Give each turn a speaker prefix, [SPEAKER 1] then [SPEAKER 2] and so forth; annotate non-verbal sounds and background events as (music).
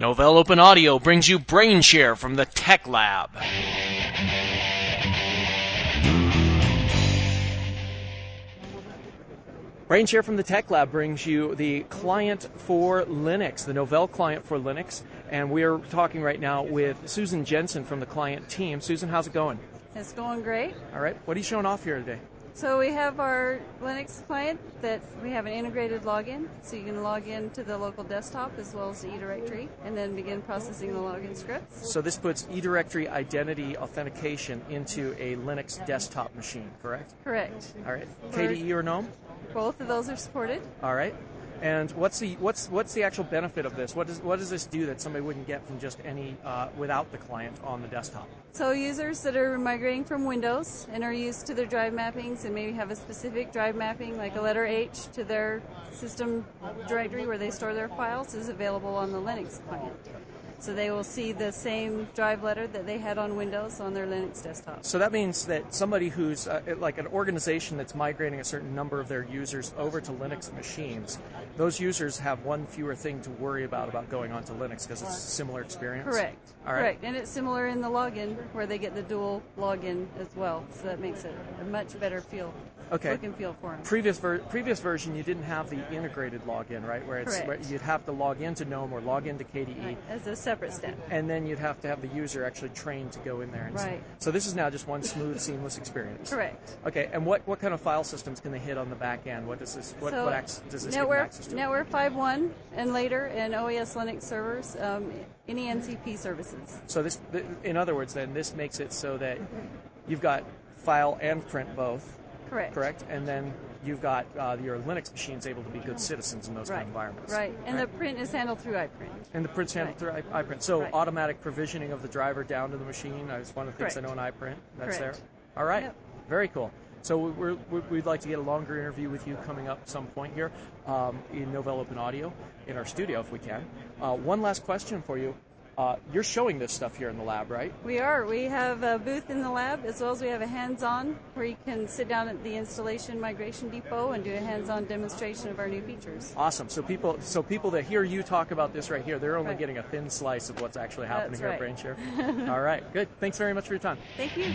[SPEAKER 1] Novell Open Audio brings you BrainShare from the Tech Lab. BrainShare from the Tech Lab brings you the client for Linux, the Novell client for Linux, and we're talking right now with Susan Jensen from the client team. Susan, how's it going?
[SPEAKER 2] It's going great.
[SPEAKER 1] All right, what are you showing off here today?
[SPEAKER 2] So we have our Linux client that we have an integrated login, so you can log in to the local desktop as well as the eDirectory, and then begin processing the login scripts.
[SPEAKER 1] So this puts eDirectory identity authentication into a Linux desktop machine, correct?
[SPEAKER 2] Correct.
[SPEAKER 1] All right, KDE or GNOME?
[SPEAKER 2] Both of those are supported.
[SPEAKER 1] All right. And what's the what's what's the actual benefit of this? What does what does this do that somebody wouldn't get from just any uh, without the client on the desktop?
[SPEAKER 2] So users that are migrating from Windows and are used to their drive mappings and maybe have a specific drive mapping like a letter H to their system directory where they store their files is available on the Linux client. So they will see the same drive letter that they had on Windows on their Linux desktop.
[SPEAKER 1] So that means that somebody who's uh, like an organization that's migrating a certain number of their users over to Linux machines, those users have one fewer thing to worry about about going onto Linux because it's a similar experience.
[SPEAKER 2] Correct.
[SPEAKER 1] All right.
[SPEAKER 2] Correct. And it's similar in the login where they get the dual login as well. So that makes it a much better feel.
[SPEAKER 1] Okay.
[SPEAKER 2] Look and feel for them.
[SPEAKER 1] Previous ver- previous version, you didn't have the integrated login, right? Where it's
[SPEAKER 2] Correct.
[SPEAKER 1] where you'd have to log into GNOME or log into E. KDE,
[SPEAKER 2] as a separate step.
[SPEAKER 1] and then you'd have to have the user actually trained to go in there. And s-
[SPEAKER 2] Right.
[SPEAKER 1] So this is now just one smooth, seamless experience.
[SPEAKER 2] Correct.
[SPEAKER 1] Okay, and what, what kind of file systems can they hit on the back end? What does this what,
[SPEAKER 2] so
[SPEAKER 1] what access, does this give them
[SPEAKER 2] network,
[SPEAKER 1] access to?
[SPEAKER 2] Network 5.1 and later, and OES Linux servers, um, any NCP services.
[SPEAKER 1] So this, th- in other words, then this makes it so that you've got file and print both,
[SPEAKER 2] Correct.
[SPEAKER 1] correct? And then you've got uh, your Linux machines able to be good citizens in those kind
[SPEAKER 2] Right.
[SPEAKER 1] of environments.
[SPEAKER 2] Right. And the print is handled through iPrint.
[SPEAKER 1] And the print's handled through i- iPrint. So
[SPEAKER 2] Right.
[SPEAKER 1] automatic provisioning of the driver down to the machine is one of the things I know in
[SPEAKER 2] Correct.
[SPEAKER 1] iPrint. That's
[SPEAKER 2] Correct.
[SPEAKER 1] there. All right.
[SPEAKER 2] Yep.
[SPEAKER 1] Very cool. So we- we're, we- we'd like to get a longer interview with you coming up some point here um, in Novell Open Audio in our studio if we can. Uh, one last question for you. Uh, you're showing this stuff here in the lab, right?
[SPEAKER 2] We are. We have a booth in the lab as well as we have a hands-on where you can sit down at the installation migration depot and do a hands-on demonstration of our new features.
[SPEAKER 1] Awesome. So people, so people that hear you talk about this right here, they're only
[SPEAKER 2] Right.
[SPEAKER 1] getting a thin slice of what's actually happening
[SPEAKER 2] (laughs)
[SPEAKER 1] here
[SPEAKER 2] That's right.
[SPEAKER 1] at BrainShare. All right. Good. Thanks very much for your time.
[SPEAKER 2] Thank you.